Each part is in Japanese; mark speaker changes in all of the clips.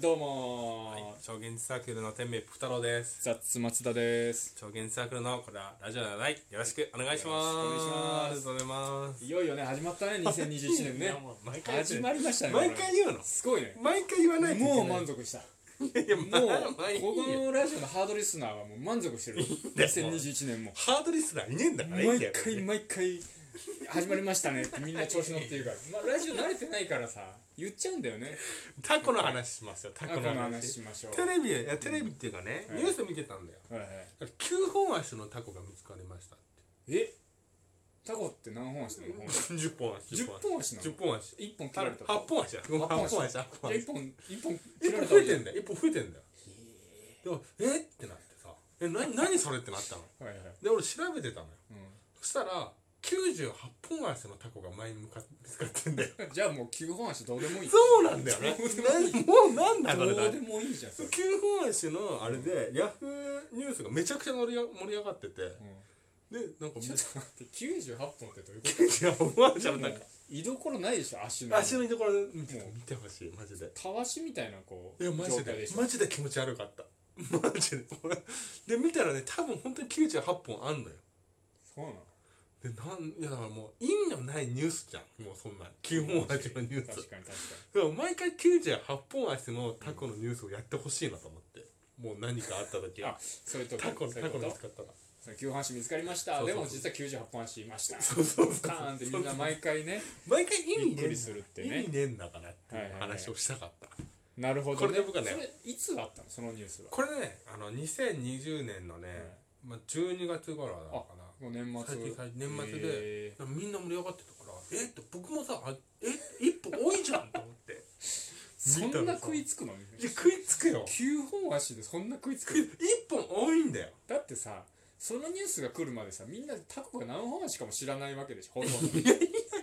Speaker 1: どうもー、
Speaker 2: 超現実サークルの天命プ太郎です
Speaker 1: ザッツ松田です
Speaker 2: 超現実サークルのこれはラジオではないよろしくお願いします
Speaker 1: よろしくお願いします
Speaker 2: ありがとうございます
Speaker 1: いよいよね始まったね2021年
Speaker 2: い
Speaker 1: ね
Speaker 2: やもう毎回
Speaker 1: 始まりましたね
Speaker 2: 毎回言うの
Speaker 1: これすごいね
Speaker 2: 毎回言わないといけ
Speaker 1: も
Speaker 2: な
Speaker 1: う
Speaker 2: い
Speaker 1: 満足した
Speaker 2: いやも
Speaker 1: もう
Speaker 2: う毎
Speaker 1: こ
Speaker 2: 回
Speaker 1: このラジオのハードリスナーはもう満足してる
Speaker 2: だよ
Speaker 1: 2021年も
Speaker 2: ハードリスナーいねえんだからいいん
Speaker 1: 毎
Speaker 2: だよ
Speaker 1: 回毎回始まりましたねってみんな調子乗って言うから、まあ、ラジオ慣れてないからさ言っちゃうんだよ ね
Speaker 2: タコの話しますよタ
Speaker 1: 過
Speaker 2: コ
Speaker 1: 去
Speaker 2: の
Speaker 1: の
Speaker 2: 話
Speaker 1: 話しましょう
Speaker 2: テレビいやテレビっていうかね、
Speaker 1: うん
Speaker 2: ニュース見てたんだよ
Speaker 1: はいはい
Speaker 2: 9本足のタコが見つかりましたっ
Speaker 1: えタコって何本足なの本
Speaker 2: て10本足
Speaker 1: 10本足なの
Speaker 2: 10本足
Speaker 1: 1本切られた
Speaker 2: 8本足だ8
Speaker 1: 本
Speaker 2: 本
Speaker 1: 足
Speaker 2: 足8本足
Speaker 1: 1本1本
Speaker 2: 一
Speaker 1: 切られ
Speaker 2: 歩
Speaker 1: た
Speaker 2: 増
Speaker 1: わ
Speaker 2: え
Speaker 1: け
Speaker 2: てんだよ一歩増えてんだよでもえってなってさえな何それってなったの
Speaker 1: はいはい
Speaker 2: で俺調べてたのよ
Speaker 1: うん
Speaker 2: そしたら98本足のタコが前に向かって見つかってんだよ
Speaker 1: じゃあもう9本足どうでもいい
Speaker 2: そうなんだよね なもうなんだこ
Speaker 1: ど
Speaker 2: れ
Speaker 1: う
Speaker 2: だ
Speaker 1: でもいいじゃんそ
Speaker 2: 9
Speaker 1: れ、
Speaker 2: 本足のあれでヤフーニュースがめちゃくちゃ盛り上盛り上がっててでなんか
Speaker 1: ちょっと待って98本ってどういうこ
Speaker 2: 98本足
Speaker 1: と
Speaker 2: のタ
Speaker 1: もう居所ないでしょ足
Speaker 2: コ
Speaker 1: の
Speaker 2: 足のところ見て見てほしいマジで
Speaker 1: たわしみたいなこう
Speaker 2: いやマジ
Speaker 1: 状態
Speaker 2: で
Speaker 1: しょ
Speaker 2: マジで気持ち悪かったマジで俺で見たらね多分本当に98本あんのよ
Speaker 1: そうなの
Speaker 2: でなんいやだからもう意味のないニュースじゃんもうそんな9本足のニュー
Speaker 1: 確
Speaker 2: ス
Speaker 1: かに確か
Speaker 2: でも毎回98本足のタコのニュースをやってほしいなと思ってもう何かあった時
Speaker 1: にあ
Speaker 2: は
Speaker 1: それと
Speaker 2: タコの
Speaker 1: そう
Speaker 2: タ
Speaker 1: いうこ
Speaker 2: コの
Speaker 1: と
Speaker 2: 使ったら
Speaker 1: その9本足見つかりました
Speaker 2: そうそうそう
Speaker 1: でも実は98本足いました
Speaker 2: そうそうそ
Speaker 1: カ
Speaker 2: う
Speaker 1: ーンってみんな毎回ね
Speaker 2: 毎回意味
Speaker 1: びっく
Speaker 2: ねえ
Speaker 1: り
Speaker 2: んだ
Speaker 1: するって
Speaker 2: 意
Speaker 1: ね
Speaker 2: 味ねえんだからって
Speaker 1: はいは
Speaker 2: いう
Speaker 1: いはい
Speaker 2: 話をしたかった
Speaker 1: なるほど、
Speaker 2: これで僕はね
Speaker 1: それいつあったのそのニュースは
Speaker 2: これねあの2020年のね、まあ、12月頃なのかな
Speaker 1: もう年末
Speaker 2: 最近最近年末で
Speaker 1: へ
Speaker 2: いやみんな盛り上がってたからえっと僕もさあえ一歩多いじゃんと思って
Speaker 1: ーそんな食いつくの
Speaker 2: いや食いつくよ
Speaker 1: 9本足でそんな食いつく
Speaker 2: 食い一本多いんだよ
Speaker 1: だってさそのニュースが来るまでさみんなタコが何本足かも知らないわけでしょほとんど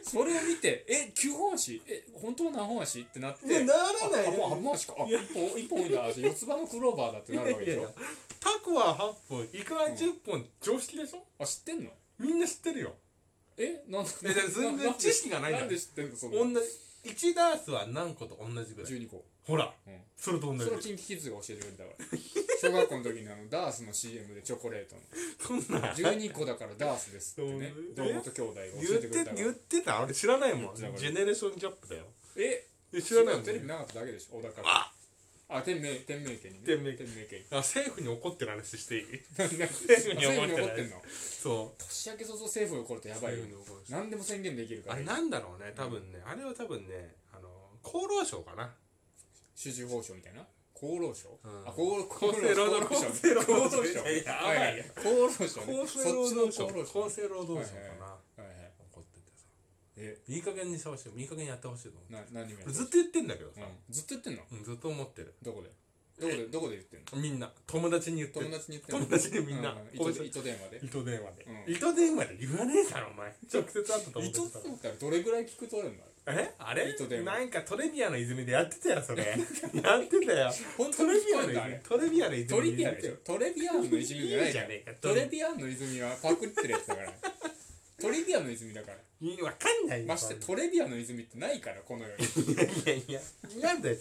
Speaker 1: それを見てえ9本足え本当は何本足ってなって
Speaker 2: いやならない
Speaker 1: あ
Speaker 2: よ
Speaker 1: あもう半本足かあ1本1本だ四つ葉のクローバーだってなるわけでしょ
Speaker 2: タコは8本イカは10本、常識でしょ
Speaker 1: あ知ってんの
Speaker 2: みんな知ってるよ
Speaker 1: えなんで
Speaker 2: えじゃあ全然知識がないんだ
Speaker 1: なんで知ってんのそ
Speaker 2: 同
Speaker 1: の
Speaker 2: じ1ダースは何個と同じぐらい
Speaker 1: 12個
Speaker 2: ほら、
Speaker 1: うん
Speaker 2: それと同じ
Speaker 1: それをキンキキッズが教えてくれたから小学校の時にあのダースの CM でチョコレートの
Speaker 2: そんな
Speaker 1: 12個だからダースですって ね堂
Speaker 2: そうね
Speaker 1: 本兄弟が
Speaker 2: 言
Speaker 1: 教え
Speaker 2: って
Speaker 1: く
Speaker 2: て
Speaker 1: れたから
Speaker 2: 言ってた俺知らない
Speaker 1: 言
Speaker 2: も
Speaker 1: っ
Speaker 2: ん
Speaker 1: てたから
Speaker 2: ジェネレーションジャップだよ
Speaker 1: え
Speaker 2: え知らないもん
Speaker 1: テレビなかっただけでしょ小高が
Speaker 2: あ
Speaker 1: あ天明天明家にね
Speaker 2: 天明家
Speaker 1: 天明家に
Speaker 2: あ政府に怒ってる話していい
Speaker 1: 政
Speaker 2: に
Speaker 1: 府
Speaker 2: 怒ってない
Speaker 1: に怒ってんの
Speaker 2: そ
Speaker 1: 年明け早々政府が怒ると
Speaker 2: う
Speaker 1: やばいよ
Speaker 2: 政府に怒る
Speaker 1: 何でも宣言できるか
Speaker 2: あ
Speaker 1: ら
Speaker 2: れなんだろうね多分ね、あれは多分ねあの厚労省かな
Speaker 1: 主従報奨みたいな厚労省
Speaker 2: うん
Speaker 1: あ厚労
Speaker 2: 厚生労働
Speaker 1: 厚
Speaker 2: 厚生労
Speaker 1: 労
Speaker 2: 働
Speaker 1: 省厚
Speaker 2: 省
Speaker 1: 労省
Speaker 2: いや
Speaker 1: はいはい厚労省ね
Speaker 2: 厚生労働
Speaker 1: そ
Speaker 2: 省
Speaker 1: っちの厚労
Speaker 2: 厚生労働省かな、
Speaker 1: 省はいはい
Speaker 2: 怒っててさ
Speaker 1: え
Speaker 2: いい加減にしてほしいいい加減にやってほしいと思
Speaker 1: な何が
Speaker 2: うずっと言ってんだけどさ
Speaker 1: う、んずっと言ってんの
Speaker 2: うんずっと思ってる
Speaker 1: どこでどこでどこで言ってんの
Speaker 2: みんな友達に言ってる
Speaker 1: 友達に言ってんの
Speaker 2: 友達でみんな
Speaker 1: う
Speaker 2: こう
Speaker 1: 糸糸電話で
Speaker 2: 糸電話で、
Speaker 1: うん
Speaker 2: 糸電話で言わねえだろお前直接会ったと思って
Speaker 1: 糸
Speaker 2: た
Speaker 1: 電話ってどれぐらい聞くとあるんだ
Speaker 2: えあれ
Speaker 1: 糸電話
Speaker 2: なんかトレビアの泉でやってたよそれやってたよ
Speaker 1: 本当
Speaker 2: ト
Speaker 1: に
Speaker 2: レ
Speaker 1: 聞
Speaker 2: ビ
Speaker 1: こ
Speaker 2: ア
Speaker 1: え
Speaker 2: の
Speaker 1: んだあれ
Speaker 2: 泉トレビアの泉
Speaker 1: トリビアンでしょトレビアンの泉じゃない
Speaker 2: いい
Speaker 1: じ
Speaker 2: じ
Speaker 1: ゃ
Speaker 2: ゃ
Speaker 1: ん
Speaker 2: ねえか
Speaker 1: トレビアンの泉はパクってるやつだからトリビアンの泉だから
Speaker 2: いいわかんないよ
Speaker 1: ましてトレビアンの泉ってないからこの 世に
Speaker 2: いやいやいやいやんだよ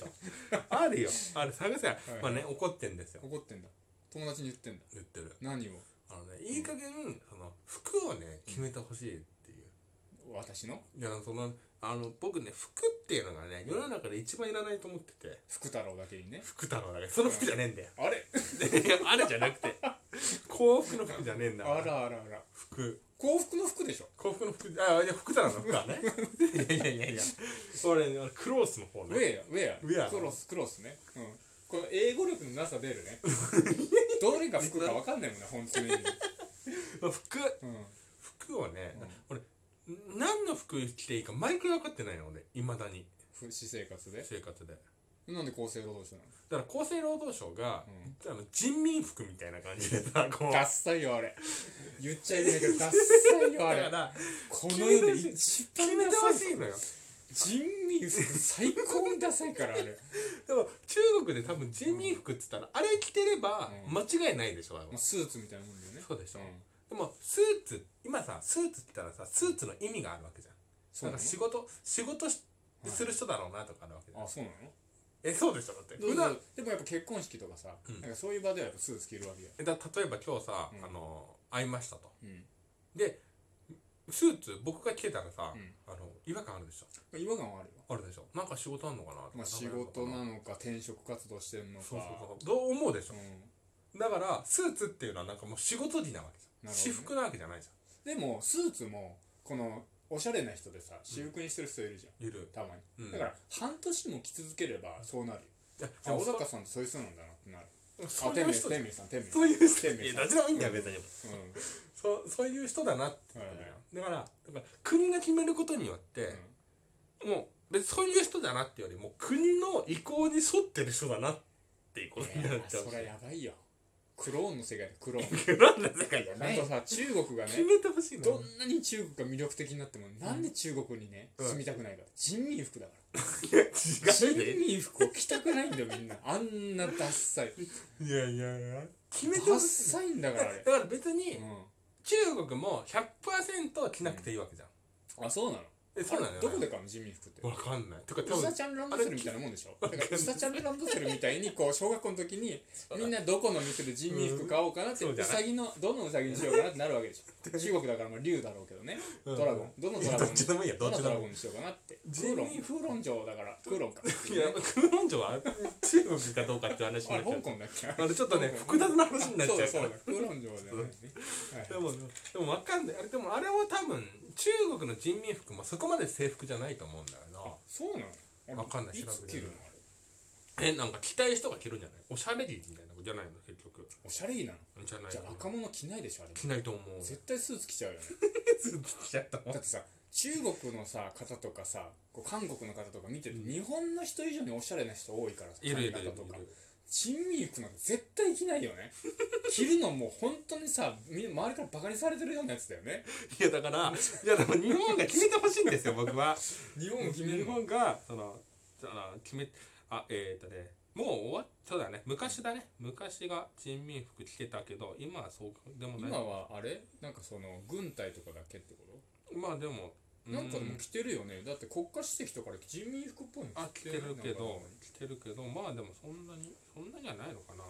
Speaker 2: あるよある探せよ、
Speaker 1: い
Speaker 2: まあね怒ってんですよ
Speaker 1: 怒ってんだ友達に言ってんだ
Speaker 2: 言ってる
Speaker 1: 何を
Speaker 2: あのねいい加減その服をね決めてほしいっていう
Speaker 1: 私の
Speaker 2: いやそのあの僕ね服っていうのがね世の中で一番いらないと思ってて
Speaker 1: 福太郎だけにね
Speaker 2: 服だろだからその服じゃねえんだよ
Speaker 1: あれ
Speaker 2: いやあれじゃなくて幸福の服じゃねえん
Speaker 1: あ
Speaker 2: だ
Speaker 1: ら
Speaker 2: か
Speaker 1: あ
Speaker 2: ら
Speaker 1: らあら
Speaker 2: 服
Speaker 1: 幸福の服でしょ
Speaker 2: 幸福の服あいや服だろの服はねいやいやいやいや俺ねクロースの方
Speaker 1: ウ
Speaker 2: ね
Speaker 1: ェアウェア
Speaker 2: ウェア
Speaker 1: クロスクロスねうんこの英語力のなさ出る ねどれが服か分かんないもんね本当に
Speaker 2: まあ服
Speaker 1: うん
Speaker 2: 服をね、
Speaker 1: う
Speaker 2: 俺ん何の服着ていいか毎回分かってないの俺いまだに
Speaker 1: ふ私生活で
Speaker 2: 生活で
Speaker 1: なんで厚生労働省なの
Speaker 2: だから厚生労働省が、
Speaker 1: うん
Speaker 2: あの人民服みたいな感じで さこう
Speaker 1: ダッ
Speaker 2: だ
Speaker 1: サいよあれ言っちゃいけないけどダッサいよあれ
Speaker 2: から
Speaker 1: この世で一
Speaker 2: 決
Speaker 1: 番
Speaker 2: め
Speaker 1: ダ
Speaker 2: て
Speaker 1: サ
Speaker 2: ほ
Speaker 1: い
Speaker 2: しいのよ
Speaker 1: 人民服最高にダサいからあれ
Speaker 2: でも中国で多分人民服っつったらあれ着てれば
Speaker 1: うん
Speaker 2: 間違いないでしょ、多分
Speaker 1: まあスーツみたいなもんだよね
Speaker 2: そうでしょ、
Speaker 1: うん
Speaker 2: でもスーツ今さスーツって言ったらさスーツの意味があるわけじゃん
Speaker 1: そう
Speaker 2: な
Speaker 1: なんの
Speaker 2: か仕事仕事し
Speaker 1: はい
Speaker 2: する人だろうなとかあるわけじゃん、
Speaker 1: あそうなの
Speaker 2: えそうでしょだって
Speaker 1: どう
Speaker 2: 普
Speaker 1: ぞ
Speaker 2: 段
Speaker 1: でもやっぱ結婚式とかさ、
Speaker 2: うん
Speaker 1: なんかそういう場ではやっぱスーツ着るわけや、
Speaker 2: えだ例えば今日さ、
Speaker 1: うん
Speaker 2: あの会いましたと
Speaker 1: うん
Speaker 2: でスーツ僕が着てたらさ、
Speaker 1: うん
Speaker 2: あの違和感あるでしょ
Speaker 1: まあ、違和感はあるよ、
Speaker 2: あるでしょなんか仕事あんのかなとか
Speaker 1: まあ、仕事なのか転職活動してんのか
Speaker 2: そうそうそうどう思うでしょ、
Speaker 1: うん
Speaker 2: だからスーツっていうのはなんかもう仕事着なわけじゃん、
Speaker 1: なるほどね
Speaker 2: 私服なわけじゃないじ
Speaker 1: でもスーツもこのおしゃれな人でさ私服にしてる人いるじゃん、
Speaker 2: ゃんいる
Speaker 1: たまに、
Speaker 2: うん
Speaker 1: だから半年も着続ければそうなるよ、
Speaker 2: いや
Speaker 1: あ小
Speaker 2: そ
Speaker 1: 高さんってそういう人なんだなってなる
Speaker 2: そ
Speaker 1: あ
Speaker 2: う
Speaker 1: 天
Speaker 2: いう
Speaker 1: 明
Speaker 2: 人
Speaker 1: 天明さん天明
Speaker 2: そういう人
Speaker 1: 天明
Speaker 2: いや
Speaker 1: さん
Speaker 2: どっちでもいいんだよ別に
Speaker 1: うん
Speaker 2: そそういう人だなって、
Speaker 1: はいはい
Speaker 2: だからだから国が決めることによって、もう別にそういう人だなっていうよりも国の意向に沿ってる人だなっていうことに
Speaker 1: い
Speaker 2: なっ
Speaker 1: や
Speaker 2: ちゃう
Speaker 1: そりゃやばいよクローンの世界でクローンち
Speaker 2: なんだ世界じゃ
Speaker 1: ゃんとさ中国がね
Speaker 2: 決めてほしいな
Speaker 1: どんなに中国が魅力的になってもなんで中国にね
Speaker 2: うん
Speaker 1: 住みたくないか人民服だから
Speaker 2: いや違
Speaker 1: 人
Speaker 2: うで
Speaker 1: 民服を着たくないんだよみんなあんなダッサ い
Speaker 2: いやいやいや決めて
Speaker 1: ダ
Speaker 2: ほ
Speaker 1: ッ
Speaker 2: しい
Speaker 1: サいんだか
Speaker 2: だ
Speaker 1: らあ
Speaker 2: か
Speaker 1: れ
Speaker 2: ら別に
Speaker 1: う
Speaker 2: 中国も100%着なくていいわけじゃん、
Speaker 1: んあそうなの
Speaker 2: えそうなのよ、ね、
Speaker 1: どこで買うの人民服って
Speaker 2: わかんないてか多
Speaker 1: ウサ
Speaker 2: 分
Speaker 1: ちゃんランドセルみたいなもんでしょだからウサちゃんランドセルみたいにこう小学校の時にみんなどこの店で人民服買おうかなって
Speaker 2: うんそう
Speaker 1: ウ
Speaker 2: じゃない
Speaker 1: サギのどのウサギにしようかなってなるわけでしょ中国だからまあ竜だろうけどね
Speaker 2: うん
Speaker 1: ドラゴンどのドラゴ
Speaker 2: ど
Speaker 1: ン
Speaker 2: っちでもいいやど
Speaker 1: ど
Speaker 2: っ
Speaker 1: の
Speaker 2: ち
Speaker 1: ド
Speaker 2: で
Speaker 1: ラ
Speaker 2: も
Speaker 1: ゴンにしようかなってク
Speaker 2: 人
Speaker 1: ーロン
Speaker 2: 民
Speaker 1: クーロン城だからクーロンか
Speaker 2: いや空論上は中国かどうかって話に
Speaker 1: あ
Speaker 2: な
Speaker 1: れ
Speaker 2: っち
Speaker 1: 香
Speaker 2: ゃ
Speaker 1: 港
Speaker 2: う
Speaker 1: だっけ
Speaker 2: あれちょっとね複雑な話になっちゃう
Speaker 1: そうだそ
Speaker 2: から
Speaker 1: うだクーロン城だよね
Speaker 2: でもでもわかんないあれでもあれは多分中国の人民服もそこまで制服じゃないと思うんだよ
Speaker 1: あ
Speaker 2: な
Speaker 1: そうなのあれ
Speaker 2: わかんない
Speaker 1: いつ着るのあれ
Speaker 2: えなんか着たい人が着るんじゃないおしゃれ着みたいなことじゃないの結局
Speaker 1: おしゃれ着なの
Speaker 2: じゃない
Speaker 1: じゃあ若者着ないでしょあれ
Speaker 2: 着ないと思 う
Speaker 1: 絶対スーツ着ちゃうよね
Speaker 2: 着ちゃったもん
Speaker 1: だってさ中国のさ方とかさこう韓国の方とか見てると日本の人以上におしゃれな人多いからさ
Speaker 2: いるいるいる
Speaker 1: 髪
Speaker 2: い
Speaker 1: 型
Speaker 2: る
Speaker 1: とか人民服なんか絶対着ないよ ね着るのもう本当にさみ周りからバカにされてるようなやつだよね
Speaker 2: いやだから いやでも日本が決めてほしいんですよ僕は
Speaker 1: 日
Speaker 2: 日本がそのその決めあえっ、とねもう終わっそうだね昔だね昔が人民服着てたけど今はそうでもない
Speaker 1: 今はあれなんかその軍隊とかだけってこ
Speaker 2: まあでも
Speaker 1: となんかでも
Speaker 2: う
Speaker 1: 着てるよねだって国家主席とかで人民服っぽいの
Speaker 2: あ着てるけ
Speaker 1: なん
Speaker 2: ど
Speaker 1: か
Speaker 2: 着てるけどまあでもそんなにそんなにはないのかな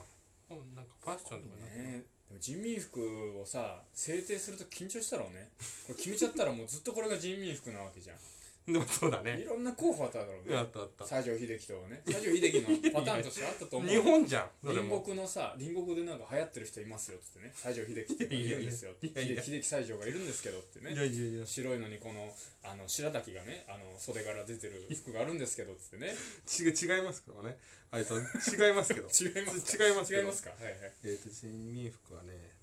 Speaker 2: もうなんかファッションとかな
Speaker 1: ねでも人民服をさ制定すると緊張したろうねこれ決めちゃったらもうずっとこれが人民服なわけじゃん
Speaker 2: でもそうだ
Speaker 1: い
Speaker 2: ね
Speaker 1: ろんな候補あっただろう
Speaker 2: あ
Speaker 1: ね
Speaker 2: ったあった
Speaker 1: 西城秀樹とかね西城秀樹のパターンとしてあったと思う
Speaker 2: 日本じゃんそれ
Speaker 1: 隣
Speaker 2: も
Speaker 1: 国のさ隣国でなんか流行ってる人いますよっつってね西城秀樹っているんですよ
Speaker 2: いやいやいや
Speaker 1: 秀秀樹西城がいるんですけどってね
Speaker 2: いやいや
Speaker 1: 白いのにこのあの白滝がねあの袖から出てる服があるんですけどっつってね
Speaker 2: ち違いますけどねあいつ違いますけど
Speaker 1: 違いますか
Speaker 2: 違いますけど
Speaker 1: 違いますかはいはい
Speaker 2: えっと人民服はね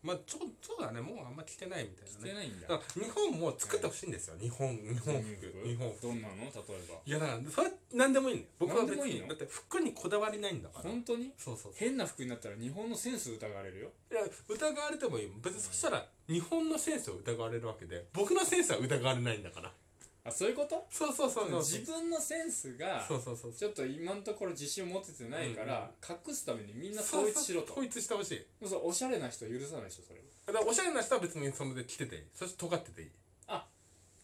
Speaker 2: まあちょそうだねもうあんま着てないみたいなね
Speaker 1: 着てないんだ
Speaker 2: だから日本も作ってほしいんですよ、日本日本服日本服
Speaker 1: どんなの例えば
Speaker 2: いやだからそれ何でもいいんだよ僕は
Speaker 1: 何で
Speaker 2: 別
Speaker 1: もいい
Speaker 2: に
Speaker 1: の
Speaker 2: だって服にこだわりないんだから
Speaker 1: 本当に
Speaker 2: そうそう
Speaker 1: 変な服になったら日本のセンス疑われるよ
Speaker 2: いや疑われてもいい別にそしたら日本のセンスを疑われるわけで僕のセンスは疑われないんだから
Speaker 1: あそういうこと
Speaker 2: そうそうそうそう
Speaker 1: 自分のセンスが
Speaker 2: そうそうそう
Speaker 1: ちょっと今のところ自信を持ててないから隠すためにみんな
Speaker 2: そう
Speaker 1: 統一しろと
Speaker 2: 統一してほしい
Speaker 1: でもそうおしゃれな人許さないでしょそれ
Speaker 2: だからおしゃれな人は別にそれで着てていいそして尖ってていい
Speaker 1: っ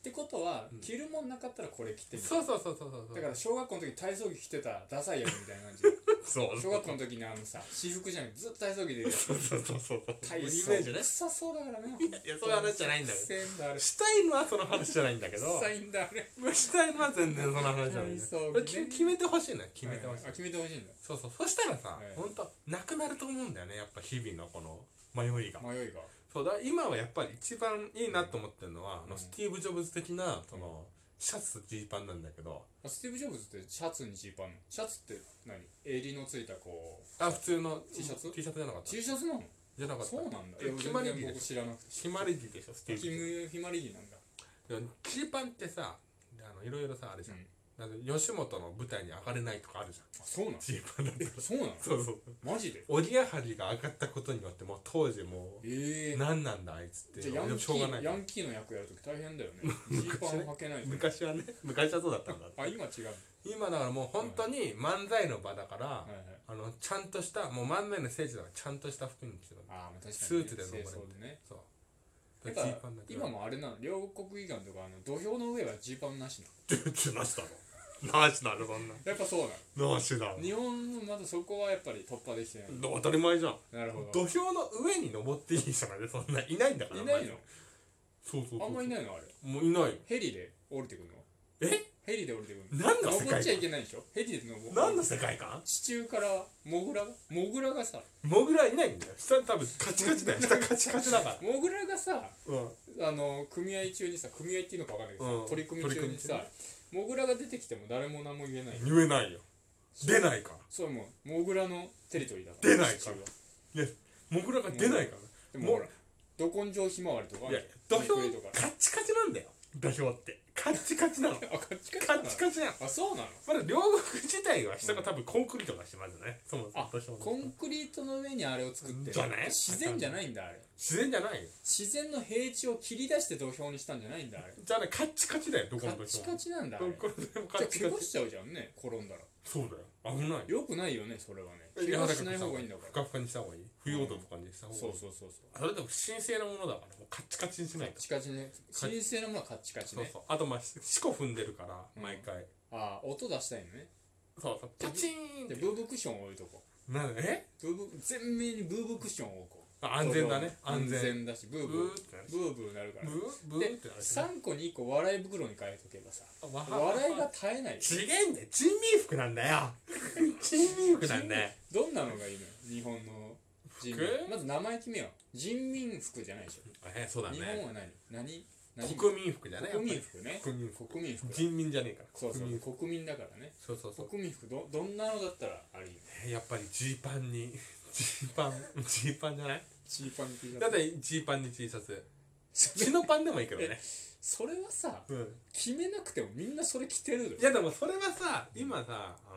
Speaker 1: てことは、
Speaker 2: うん
Speaker 1: 着るもんなかったらこれ着てみる
Speaker 2: そうそうそうそうそうそう
Speaker 1: だから小学校の時体操着着てたダサいやつみたいな感じで
Speaker 2: そう
Speaker 1: 小学校の時にあのさ私服じゃなくてずっと体操着でいるやつ
Speaker 2: そうそうそうそう
Speaker 1: 体
Speaker 2: イ
Speaker 1: 操
Speaker 2: メージね
Speaker 1: 臭そうだからね
Speaker 2: いやいやそういう話じゃないんだけど
Speaker 1: 臭いんだあれ
Speaker 2: したいのはその話じゃないんだけど
Speaker 1: 臭いんだあれ
Speaker 2: したいのは全然その話じゃないね
Speaker 1: 体操着ね
Speaker 2: これき決めてほしいね決めてほしい
Speaker 1: あ決めてほしいんだ
Speaker 2: そうそうそしたらさ
Speaker 1: はい
Speaker 2: 本当なくなると思うんだよねやっぱ日々のこの迷いが
Speaker 1: 迷いが
Speaker 2: そうだから今はやっぱり一番いいなと思ってるのは、あ
Speaker 1: う
Speaker 2: の
Speaker 1: ん
Speaker 2: スティーブ・ジョブズ的なそのシャツとジーパンなんだけど
Speaker 1: あスティーブ・ジョブズってシャツにジーパンのシャツって何襟のついたこう
Speaker 2: あ普通の
Speaker 1: T シャツ
Speaker 2: T シャツじゃなかった
Speaker 1: T シャツなの
Speaker 2: じゃなかった
Speaker 1: そうなんだ
Speaker 2: え決まり
Speaker 1: 全然
Speaker 2: 着で
Speaker 1: 僕
Speaker 2: し
Speaker 1: 知らなくて
Speaker 2: ょ決まり着でしょスティーブ
Speaker 1: ひ
Speaker 2: ジョ
Speaker 1: むひまり着なんだ
Speaker 2: ブズいやジーパンってさあのいろいろさあれじゃん、
Speaker 1: うん
Speaker 2: なんか吉本の舞台に上がれないとかあるじゃん
Speaker 1: あそうなの
Speaker 2: ジーパンだって
Speaker 1: そうなの
Speaker 2: そうそう
Speaker 1: マジで
Speaker 2: おぎやはぎが上がったことによってもう当時も
Speaker 1: ええ
Speaker 2: う何なんだあいつって
Speaker 1: じゃあヤンキ
Speaker 2: しょうがな
Speaker 1: ー
Speaker 2: い
Speaker 1: ヤンキーの役やるとき大変 だよねジーパンを履けないと
Speaker 2: 昔はね昔はそうだったんだ
Speaker 1: あ今違う
Speaker 2: 今だからもう本当に漫才の場だから、
Speaker 1: はいはい
Speaker 2: あのちゃんとしたもう漫才の聖地だからちゃんとした服に着てたの
Speaker 1: ああまあ確かに、ね、
Speaker 2: スーツで登
Speaker 1: 清
Speaker 2: れる
Speaker 1: 掃でね
Speaker 2: そう
Speaker 1: やっ
Speaker 2: ジー
Speaker 1: ぱ
Speaker 2: パンだけ
Speaker 1: 今もあれなの両国議員とかあの土俵の上はジーパンなしな
Speaker 2: 出てましたのナーシだろそんな
Speaker 1: やっぱそうな
Speaker 2: ナーシだ
Speaker 1: の日本のまだそこはやっぱり突破できてない
Speaker 2: 当たり前じゃん
Speaker 1: なるほど
Speaker 2: 土俵の上に登っていい人なんてそんないないんだから
Speaker 1: いない
Speaker 2: まず
Speaker 1: の
Speaker 2: そうそうそ
Speaker 1: あ
Speaker 2: う
Speaker 1: んまい
Speaker 2: い
Speaker 1: ないのあれ
Speaker 2: もういないよ
Speaker 1: ヘリで降りてくるの
Speaker 2: え
Speaker 1: ヘリで降りてくる
Speaker 2: 何の世
Speaker 1: 登っ
Speaker 2: 界
Speaker 1: ちゃい
Speaker 2: 観
Speaker 1: けないでしょヘリで登る
Speaker 2: 何の世界観
Speaker 1: 地中からモグラがモグラがさ
Speaker 2: モグラいないんだよ下多分カチカチだよ下カチカチだから
Speaker 1: モグラがさ
Speaker 2: うん
Speaker 1: あの組合中にさ組合っていうのか分かんないけどさ、
Speaker 2: うん
Speaker 1: 取り組み中にさ
Speaker 2: 取り
Speaker 1: モグラが出てきても誰も何も言えない
Speaker 2: 言えないよ出ないから
Speaker 1: そうもうモグラのテリトリーだから
Speaker 2: 出ない
Speaker 1: 地中は
Speaker 2: モグラが出ないか
Speaker 1: で
Speaker 2: ら
Speaker 1: もほ
Speaker 2: も
Speaker 1: らど根性ひまわりとかあ
Speaker 2: う
Speaker 1: る
Speaker 2: いや
Speaker 1: じゃ
Speaker 2: 土
Speaker 1: ん
Speaker 2: 俵
Speaker 1: ミクレとか
Speaker 2: カチカチなんだよ土俵ってカチカチなの
Speaker 1: あカチカチな
Speaker 2: カ
Speaker 1: の
Speaker 2: チカチなの
Speaker 1: あそうなの
Speaker 2: まだ両国自体は下が多分コンクリートだしまずねそもそも
Speaker 1: あ
Speaker 2: 土俵の
Speaker 1: コンクリートの上にあれを作ってる
Speaker 2: じゃない
Speaker 1: 自然じゃないんだあれ
Speaker 2: 自然じゃないよ
Speaker 1: 自然の平地を切り出して土俵にしたんじゃないんだあれ
Speaker 2: じゃあねカッチカチだよどこの
Speaker 1: カチ
Speaker 2: 土俵
Speaker 1: カチなんだあ
Speaker 2: ど
Speaker 1: れ
Speaker 2: こでもカ
Speaker 1: じゃ
Speaker 2: ッ
Speaker 1: あ
Speaker 2: チ
Speaker 1: 怪
Speaker 2: カ
Speaker 1: 我
Speaker 2: チ
Speaker 1: しちゃうじゃんね転んだら
Speaker 2: そうだよ危ないよ
Speaker 1: よくないよねそれはね
Speaker 2: い
Speaker 1: 怪
Speaker 2: や
Speaker 1: 我
Speaker 2: だ
Speaker 1: し
Speaker 2: から
Speaker 1: ない
Speaker 2: さ
Speaker 1: 方がいいんだか
Speaker 2: ふ
Speaker 1: ら
Speaker 2: かふかにした方がいい冬用とかにした方がいい
Speaker 1: そうそうそうそう
Speaker 2: それでも神聖なものだからもうカッチカチにしない
Speaker 1: カ
Speaker 2: と
Speaker 1: チカチね
Speaker 2: カ
Speaker 1: 神聖なものはカチカチ
Speaker 2: そう
Speaker 1: ね
Speaker 2: そうあとまあ四股踏んでるから
Speaker 1: うん
Speaker 2: 毎回
Speaker 1: ああ音出したいのね
Speaker 2: そうそうパチーンっ
Speaker 1: で
Speaker 2: て
Speaker 1: ブーブクッションを置いとこ
Speaker 2: なんでえ
Speaker 1: うブーブ全面にブーブクッションを置こう
Speaker 2: あ安全だね
Speaker 1: そうそう
Speaker 2: 安全
Speaker 1: だしブ
Speaker 2: ブ
Speaker 1: ーブー
Speaker 2: ーってなる
Speaker 1: ブーブーなるから
Speaker 2: ブーブー
Speaker 1: で
Speaker 2: ってなるし
Speaker 1: 3個に1個笑い袋に変えとけばさ
Speaker 2: わ
Speaker 1: 笑いが絶えない
Speaker 2: ちげえんだよ珍民服なん だよ珍民服なんだよ
Speaker 1: どんなのがいいのよ日本の人民
Speaker 2: 服
Speaker 1: まず名前決めよう人民服じゃないでしょ
Speaker 2: えそうだ
Speaker 1: 日本
Speaker 2: ね
Speaker 1: は何何何
Speaker 2: 国民服じゃね
Speaker 1: 国民服ね
Speaker 2: 国民服
Speaker 1: 国民服
Speaker 2: 人民じゃねえから
Speaker 1: そうそ
Speaker 2: 国民
Speaker 1: う
Speaker 2: 服
Speaker 1: 国民だからね
Speaker 2: そうそうそう
Speaker 1: 国民服どどんなのだったらあり
Speaker 2: やっぱりジーパンに ジーパンジーパンじゃない
Speaker 1: チーパン T シャ
Speaker 2: だっ
Speaker 1: ツ
Speaker 2: てジーパンに T シャツ
Speaker 1: そ
Speaker 2: チ
Speaker 1: れ
Speaker 2: ノパンでもいいけど ね、
Speaker 1: それはさ
Speaker 2: うん、
Speaker 1: 決めなくてもみんなそれ着てるのよ
Speaker 2: いやでもそれはさ今さあ